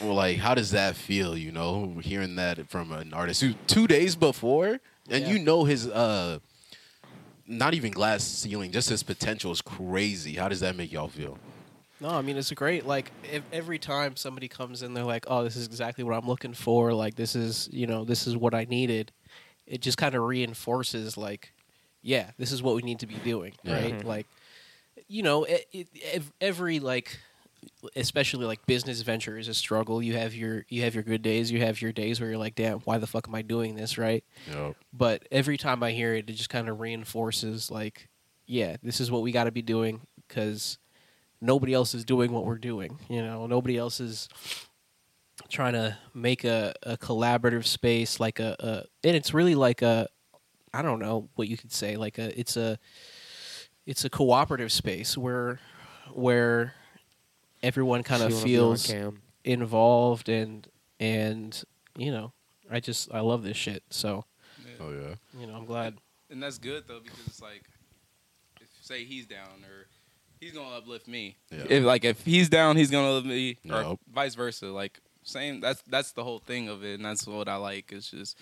well, like, how does that feel? You know, hearing that from an artist who two days before, and Yeah. you know his uh, not even glass ceiling, just his potential is crazy. How does that make y'all feel? no, I mean it's great. Like ev- every time somebody comes in, they're like, "Oh, this is exactly what I'm looking for. Like this is you know this is what I needed." It just kind of reinforces like, yeah, this is what we need to be doing, Yeah. right? Mm-hmm. Like, you know, it, it, ev- every like especially like business venture is a struggle you have your you have your good days you have your days where you're like damn why the fuck am i doing this right You know, but every time I hear it, it just kind of reinforces like, yeah, this is what we got to be doing because nobody else is doing what we're doing. You know, nobody else is trying to make a, a collaborative space like a, a and it's really like a I don't know what you could say like a it's a it's a cooperative space where where everyone kind See of when I'm beyond feels cam. involved and and you know I just I love this shit so Oh yeah. you know I'm glad and that's good though because it's like, if say he's down or he's gonna uplift me. Yeah. If like if he's down, he's gonna uplift me, or Nope. vice versa. Like same. That's that's the whole thing of it, and that's what I like. It's just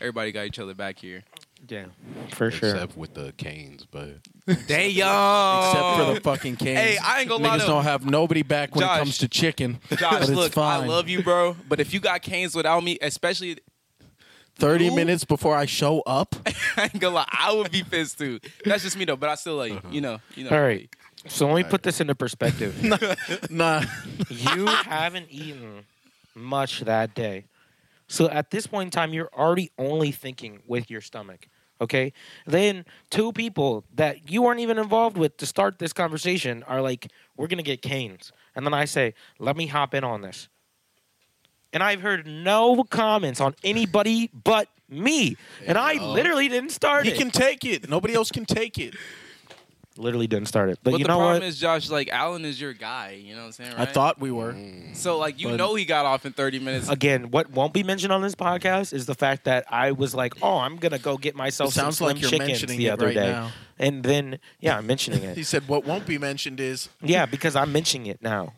everybody got each other back here. Yeah, for sure. Except with the canes, but Damn. Except for Except the fucking cans. Oh. Hey, I ain't gonna lie Niggas to- don't have nobody back when Josh. it comes to chicken. but Josh, it's look, fine. I love you, bro. But if you got canes without me, especially 30 you. minutes before I show up. I ain't gonna lie, I would be pissed too. That's just me though, but I still like Uh-huh. you know, you know. All right. So let me put this into perspective. nah. you haven't eaten much that day. So at this point in time, you're already only thinking with your stomach. Okay. Then two people that you weren't even involved with to start this conversation are like, we're going to get canes. And then I say, let me hop in on this. And I've heard no comments on anybody but me. And I Yo. literally didn't start He it. can take it. Nobody else can take it. literally didn't start it. But, But you the know problem what? is, Josh, like Alan is your guy. You know what I'm saying? I Right? thought we were. so. Like you but- know, he got off in 30 minutes. Again, what won't be mentioned on this podcast is the fact that I was like, "Oh, I'm gonna go get myself It some sounds slim like you're chickens mentioning the it other right day," now. and then yeah, I'm mentioning He it. said, what won't be mentioned is yeah, because I'm mentioning it now.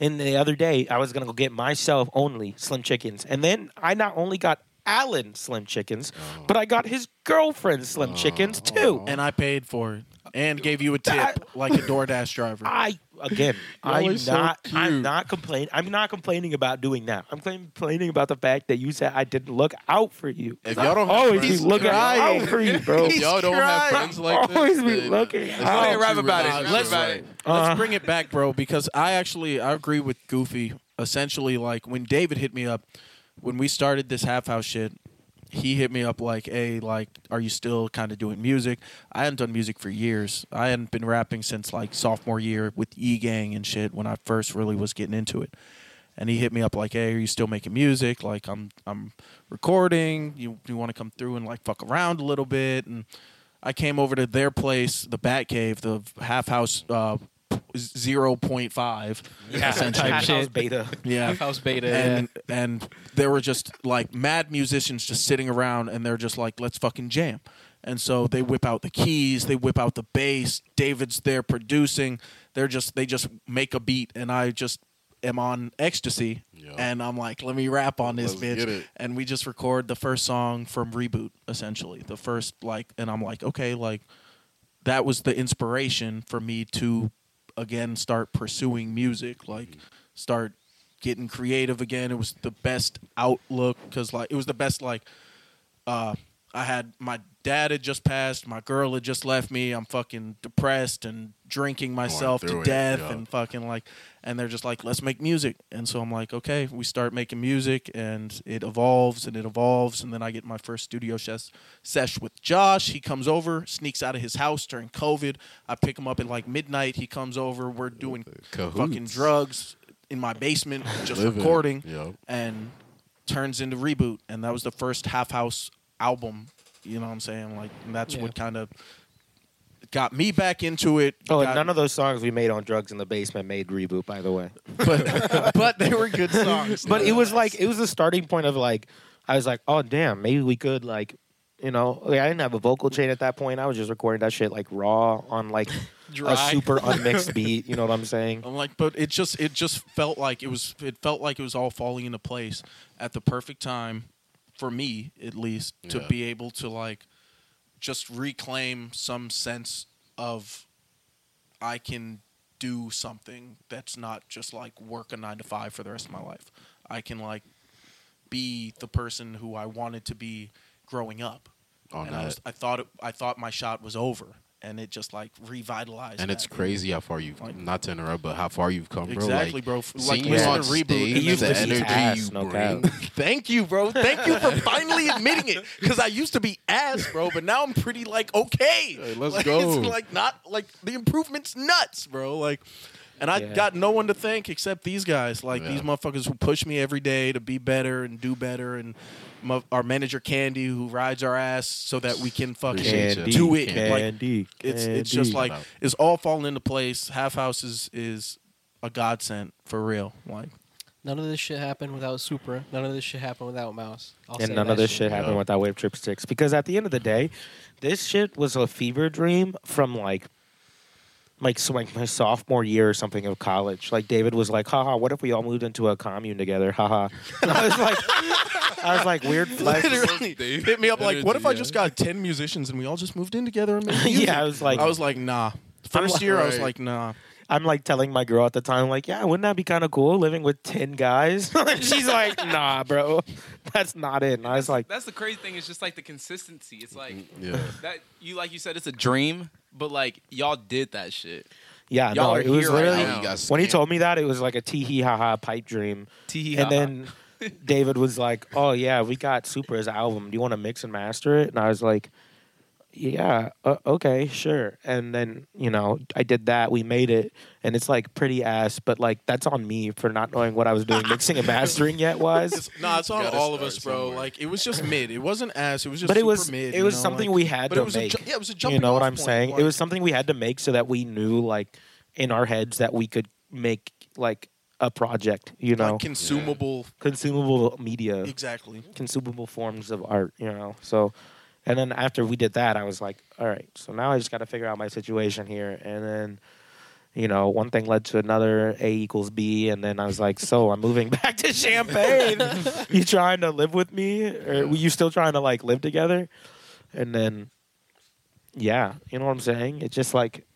And the other day, I was gonna go get myself only slim chickens, and then I not only got Alan slim chickens, Oh. but I got his girlfriend slim chickens too. and I paid for it and gave you a That- tip like a DoorDash driver. I again, I'm are so not, I'm cute. not complaining. I'm not complaining about doing that. I'm complaining about the fact that you said I didn't look out for you. If y'all don't have always friends- be looking crying. out for you, bro. if y'all don't have friends like this, Always be then looking it's out. not Hey, too rap about it, right. rap about it. Uh, Let's bring it back, bro, because I actually I agree with Goofy. Essentially, like when David hit me up when we started this half house shit, he hit me up like, "Hey, like, are you still kind of doing music?" I hadn't done music for years. I hadn't been rapping since like sophomore year with E Gang and shit when I first really was getting into it. And he hit me up like, "Hey, are you still making music? Like, I'm I'm recording. You you want to come through and like fuck around a little bit?" And I came over to their place, the Bat Cave, the half house uh, zero point five, essentially. type shit. Beta. Yeah, House Beta and and there were just like mad musicians just sitting around and they're just like let's fucking jam and so they whip out the keys they whip out the bass david's there producing they're just they just make a beat and i just am on ecstasy Yeah. and i'm like let me rap on this Let's get bitch it. and we just record the first song from reboot essentially the first like and i'm like okay like that was the inspiration for me to again start pursuing music like Mm-hmm. start getting creative again it was the best outlook because like it was the best like uh i had my dad had just passed my girl had just left me i'm fucking depressed and drinking myself through to it, death yeah. and fucking like and they're just like let's make music and so i'm like okay we start making music and it evolves and it evolves and then i get my first studio ses- sesh with josh he comes over sneaks out of his house during covid i pick him up at like midnight he comes over we're doing Cahoots. fucking drugs in my basement just Living. recording Yup. and turns into reboot and that was the first half house album you know what i'm saying like and that's Yeah. what kind of got me back into it Oh, and got- none of those songs we made on drugs in the basement made reboot. By the way, but, but they were good songs but it was like it was the starting point of like I was like, oh damn, maybe we could like. You know, like, I didn't have a vocal chain at that point. I was just recording that shit like raw on like a Dry. super unmixed beat. You know what I'm saying? I'm like, but it just it just felt like it was it felt like it was all falling into place at the perfect time for me at least to Yeah. be able to like just reclaim some sense of I can do something that's not just like work a 9 to 5 for the rest of my life. I can like be the person who I wanted to be growing up. On and I, that. was, I thought it, I thought my shot was over and it just like revitalized And it's that. crazy how far you've Like- not to interrupt, but how far you've come, bro. Exactly, bro. F- like, seeing you listen on to Reboot, it stage, used the to be energy ass, you no bring. cap. Thank you, bro. Thank you for finally admitting it. Because I used to be ass, bro, but now I'm pretty like okay. Hey, let's Like, go. It's like not like the improvement's nuts, bro. Like, And I Yeah. got no one to thank except these guys, like Yeah. these motherfuckers who push me every day to be better and do better, and my, our manager Candy who rides our ass so that we can fucking Appreciate ya. do it. Candy. Like it's it's just Shout like out. it's all falling into place. Half House is is a godsend for real. Like None of this shit happened without Supra. None of this shit happened without Mouse. I'll say and none that of this shit happened Yeah. without Wave Trip Six because at the end of the day, this shit was a fever dream from like, like so like my sophomore year or something of college. Like David was like, "Haha, what if we all moved into a commune together?" Haha. And I was like, I was like, weird flex. literally hit me up like, what if I Yeah. just got ten musicians and we all just moved in together? And made music?" yeah, I was like, I was like, nah. First like- year, I was Right. like, nah. I'm like telling my girl at the time, like, yeah, wouldn't that be kind of cool living with ten guys? And She's like, nah, bro, that's not it. And I was like, That's the crazy thing. It's just like the consistency. It's like Yeah. that. You like you said, it's a dream, but like y'all did that shit. yeah, Y'all no, are it was here right literally now. when he told me that it was like a tee hee ha ha pipe dream. Tee-hee-ha-ha. And then David was like, "Oh yeah, we got Supra's album. Do you want to mix and master it?" And I was like, "Yeah, uh, okay, sure." And then you know, I did that. We made it, and it's like pretty ass, but like that's on me for not knowing what I was doing mixing and mastering yet It's, was. nah, it's on gotta all of start us, bro. somewhere. Like it was just mid. It wasn't ass. It was just. But it super was mid. it you was know, something like- we had But to it was a make. ju- yeah, it was a you jumping know what off I'm point, saying? like- it was something we had to make so that we knew like in our heads that we could make like a project. You know, like consumable. consumable media. Exactly. consumable forms of art, you know. So, and then after we did that, I was like, all right, so now I just got to figure out my situation here. And then, you know, one thing led to another, A equals B. And then I was like, so I'm moving back to Champagne. you trying to live with me? Or were you still trying to like live together? And then, yeah, you know what I'm saying? It's just like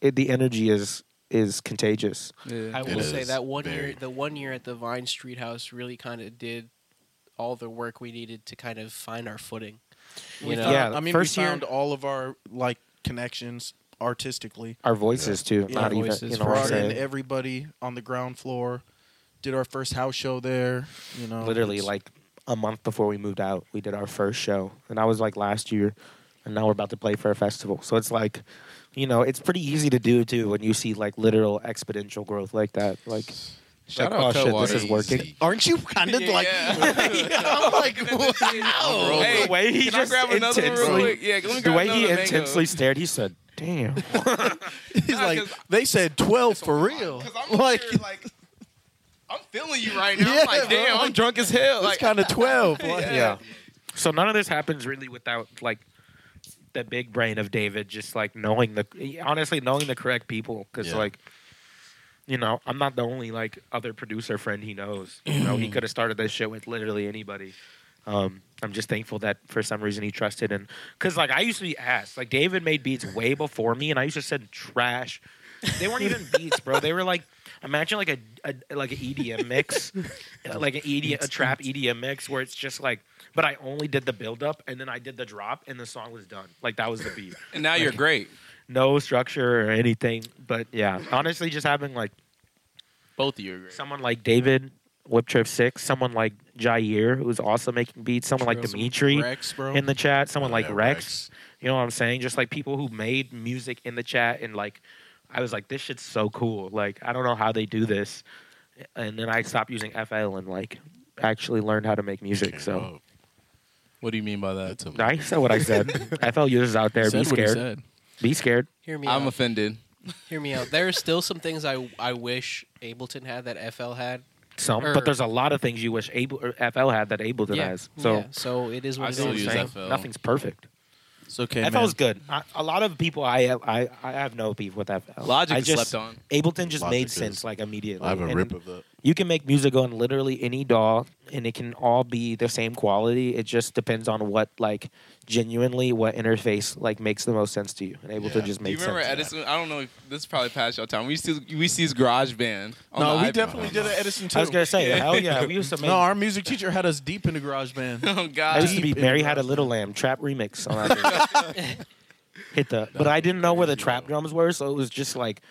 it, the energy is is contagious. I Yeah. It will say is that one very- year, the one year at the Vine Street House really kind of did all the work we needed to kind of find our footing. You We know, found- Yeah, I mean, first we year- found all of our like connections artistically. Our voices too, Yeah, not even voices, you know what I'm Brought in saying? everybody on the ground floor. Did our first house show there. You know, literally it's- like a month before we moved out we did our first show and that was like last year and now we're about to play for a festival so it's like you know it's pretty easy to do too when you see like literal exponential growth like that like Shout like, out oh shit this Cutwater. is working Aren't you kind of like? I'm like, wow. Hey, The way he can I just grab another one real intensely- quick? Yeah, let me the grab way he another mango. intensely stared he said damn He's Nah, like 'cause- they said twelve for real. Because I'm Like like, here, like, I'm feeling you right now. Yeah, I'm like, bro. damn, I'm drunk as hell. it's Like, kind of twelve. like- yeah so none of this happens really without like the big brain of david just like knowing the honestly knowing the correct people because Yeah. like you know i'm not the only like other producer friend he knows you know he could have started this shit with literally anybody um i'm just thankful that for some reason he trusted and because like i used to be ass like david made beats way before me and i used to send trash they weren't even beats bro they were like imagine like a, a like an edm mix like an EDM, a trap EDM mix where it's just like, but I only did the build up and then I did the drop and the song was done. Like that was the beat. and now you're great. No structure or anything. But yeah, honestly, just having like Both of you are great. someone like David, Whip Trip Six, someone like Jair, who's also making beats, someone like Throw some Dimitri Rex, bro. in the chat, someone Oh, like yeah, Rex. You know what I'm saying? Just like people who made music in the chat and like I was like, this shit's so cool. Like I don't know how they do this. And then I stopped using FL and like actually learned how to make music. Came So up. what do you mean by that? That's a- I said what I said. FL users out there, be Said what he scared. said. Be scared. Hear me I'm out. offended. Hear me out. There are still some things I I wish Ableton had that FL had. Some, Or- Er. but there's a lot of things you wish Able, or FL had that Ableton has. So yeah, so it is I what it see still what is. use you're saying. FL. Nothing's perfect. It's okay, FL is good. I, a lot of people, I, I, I have no beef with FL. Logic I is just, slept on. Ableton just Logic made is- sense like immediately. I have a And rip of that. You can make music on literally any DAW, and it can all be the same quality. It just depends on what like genuinely what interface like makes the most sense to you. And Ableton Yeah. just Do you makes remember sense. Edison? I don't know. if This is probably past your time. We used to we used to use Garage Band. on No, the we iPod. definitely No, no. did an Edison too. I was gonna say, hell yeah, we used to make. no, our music teacher had us deep in the garage band. Oh I God. used to be Deep in Mary the Had a garage Little Lamb trap remix on that. Hit the, but I didn't know where the trap drums were, so it was just like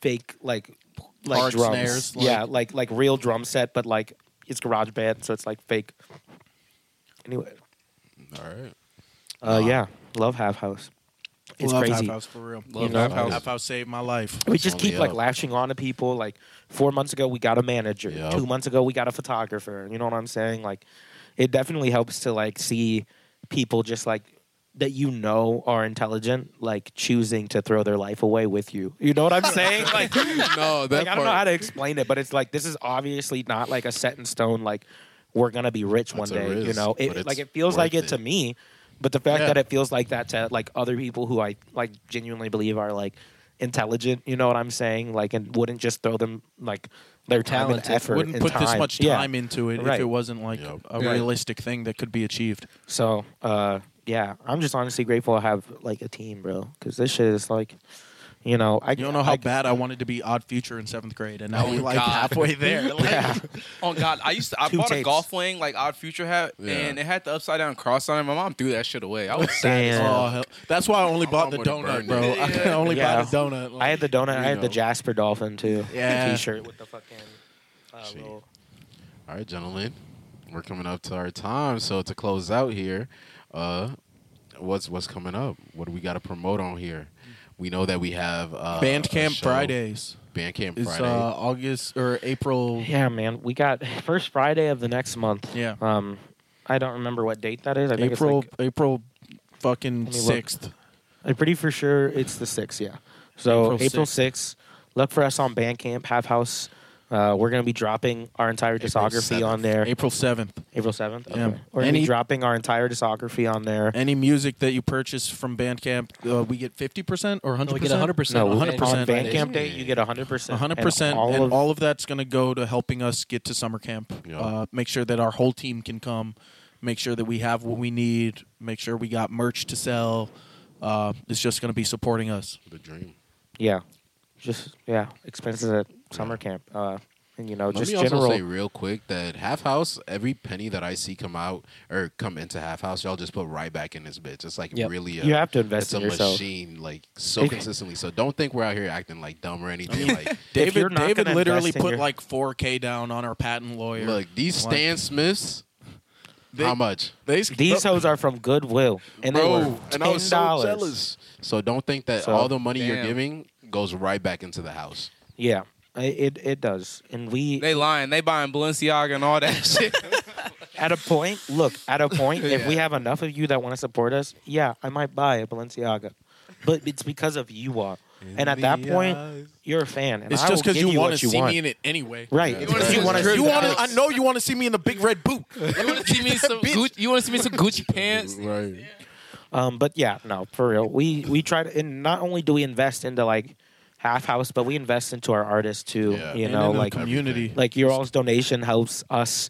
fake, like like Hard drums. snares, like- yeah, like like real drum set, but like it's garage band, so it's like fake. Anyway, All right. uh, Nah. yeah, love Half House. It's Love crazy. Half House for real. Love Half Half House. Half House saved my life. We just Only keep like up. latching on to people. Like four months ago, we got a manager. Yup. Two months ago, we got a photographer. You know what I'm saying? Like, it definitely helps to like see people just like that you know are intelligent, like choosing to throw their life away with you. You know what I'm saying? Like, no, that like, I don't know how to explain it, but it's like this is obviously not like a set in stone. Like we're gonna be rich one It's a day, you risk, know? but It, it's like it feels like worth it, to it. me, but the fact Yeah. that it feels like that to like other people who I like genuinely believe are like intelligent, you know what I'm saying? Like and wouldn't just throw them like their time Talented. and effort. Wouldn't and put this much Yeah. time into it if Right. it wasn't like Yup. a Yeah. realistic thing that could be achieved. So, uh, yeah, I'm just honestly grateful I have like a team, bro, because this shit is like, you know, I You don't know how I- bad I wanted to be Odd Future in seventh grade, and now Oh, we're like God. halfway there. Like, Yeah. Oh God, I used to. I Two bought a tapes. golf wing like Odd Future hat, Yeah. and it had the upside down cross on it. My mom threw that shit away. I was sad. as Damn. hell. Oh, hell. That's why I only bought the I'm gonna burn donut, bro. it. I Yeah. only Yeah. bought the donut. I had the donut. I had know. the Jasper Dolphin too. Yeah. The T-shirt with the fucking. Uh, Shit. little- All right, gentlemen, we're coming up to our time. So to close out here, uh, what's what's coming up? What do we got to promote on here? We know that we have uh, a Bandcamp show. Fridays Bandcamp is Friday. uh, August or April. yeah, man. We got first Friday of the next month. Yeah. Um, I don't remember what date that is. I think April It's April fucking Let me look. sixth. like, I'm pretty for sure it's the sixth. Yeah. So April April 6th. sixth. Look for us on Bandcamp, Half House. Uh, we're gonna be dropping our entire April discography 7th. on there. April seventh. April seventh. Yeah. We're gonna Any- be dropping our entire discography on there. Any music that you purchase from Bandcamp, uh, we get fifty percent or hundred we percent. get 100%. No, on on 100%. Bandcamp day you get hundred percent. hundred percent, All and of all of that's going to go to helping us get to summer camp. Yeah. Uh, make sure that our whole team can come. Make sure that we have what we need. Make sure we got merch to sell. Uh, it's just going to be supporting us. the dream. Yeah. Just yeah, expenses at summer camp. Uh and you know, Let just me general also say real quick that Half House, every penny that I see come out or come into Half House, y'all just put right back in this bitch. It's like Yep. really a, you have to it's invest a in yourself. machine, like so If- consistently. So don't think we're out here acting like dumb or anything. like If you're David, not David gonna literally invest in put your- like four k down on our patent lawyer. look, these Like- Stan Smiths, They- how much? They- These hoes are from Goodwill and they were and I was ten so dollars. jealous. So don't think that So- all the money you're Damn. giving goes right back into the house. yeah. I- It it does. And we They lying. They buying Balenciaga and all that shit. at a point, look, at a point, if we Yeah. have enough of you that want to support us, yeah, I might buy a Balenciaga. But it's because of you all. And at that point, you're a fan. And It's I just because because you, want to see me in it anyway. Right. You it's wanna because see You us want to drip. You want Yes. to? I know you want to see me in the big red boot. you want to see me some Gucci? You want to see me some Gucci pants? Right. Um, but yeah, no, for real. We we try to, and not only do we invest into like half house, but we invest into our artists too. Yeah. You And know, into the like community. like your all's donation helps us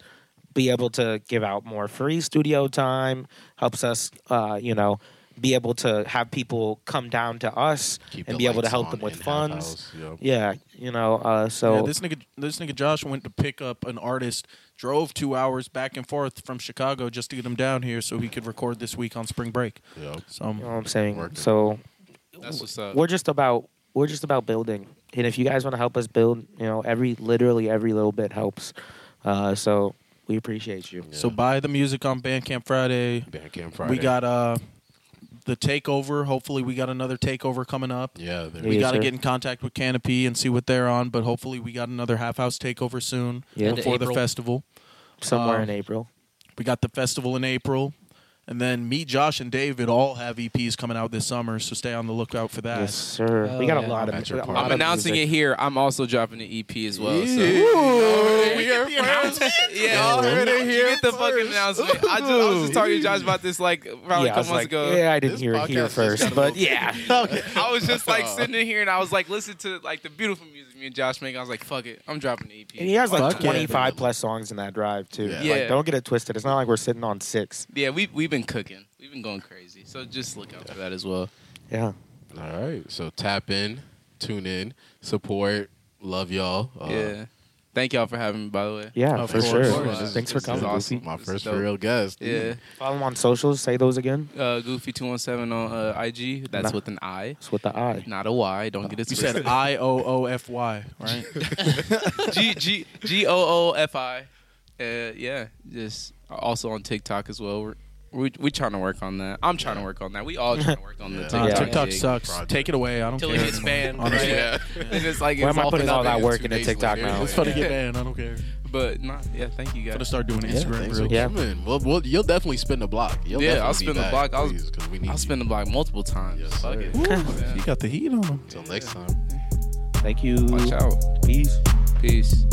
be able to give out more free studio time. Helps us, uh, you know, be able to have people come down to us Keep and the be able to lights help on them with in Half funds. House, yep. Yeah, you know. Uh, so yeah, this nigga, this nigga Josh went to pick up an artist, drove two hours back and forth from Chicago just to get him down here so he could record this week on spring break. Yep. So um, you know what I'm saying. Working. So That's what's up. we're just about we're just about building and if you guys want to help us build you know every literally every little bit helps uh, so we appreciate you so Yeah. buy the music on Bandcamp Friday. Bandcamp Friday. We got uh the takeover. Hopefully, we got another takeover coming up. yeah. There We Yes, got to sir. get in contact with Canopy and see what they're on, but hopefully, we got another half house takeover soon Yeah. before the April. festival. somewhere Um, in april We got the festival in April. And then me, Josh, and David all have EPs coming out this summer, so stay on the lookout for that. yes sir we Oh, got a yeah. lot of At your a party. lot I'm of announcing music. it here. I'm also dropping the EP as well. So. we are first. Yeah, Y'all heard it you here get the fucking announcement. I, just, I was just talking to Josh about this like probably yeah, a I was couple months like, ago. yeah, I didn't This hear it podcast here is first, gotta go- but yeah, I was just like sitting in here and I was like, listen to like the beautiful music me and Josh make. I was like, fuck it, I'm dropping the E EP. and he has like Fuck yeah. 25 plus songs in that drive too. Yeah. Yeah. Like, don't get it twisted. It's not like we're sitting on six. yeah, we we've been cooking, we've been going crazy. So just look out for that as well. Yeah, All right. So tap in, tune in, support, love y'all. Uh, yeah, thank y'all for having me. By the way, yeah, Of for course, sure. of course. This Thanks for is coming. awesome. Goofy. My This is first dope. real guest. Mm. yeah. Follow him on socials. Say those again. Uh, Goofy two one seven on uh, IG. That's Nah. with an I, It's with the I. not a Y. Don't get it You said twisted. I O O F Y, right? Uh, G G G O O F I. Uh, yeah, just also on TikTok as well. We're We we trying to work on that. I'm trying to work on that. We all trying to work on the Yeah. TikTok. Yeah. TikTok gig. sucks. Project. Take it away. I don't Till care. it gets banned. Honestly. Oh, right? Yeah. It's just like Why it's am I all putting all for nothing. that work into TikTok now? It's fun to Yeah. get banned. I don't care. But not yeah. Thank you I'm gonna guys. start doing Instagram thanks reels. for Yeah. coming. Well, well, you'll definitely spin the block. You'll Yeah, definitely I'll be spin the back, block. I'll- please, 'cause we need I'll you. spin the block multiple times. Yes, Fuck sir. it. Ooh, You got the heat on them. Till next time. Yeah. Thank you. Watch out. Peace. Peace.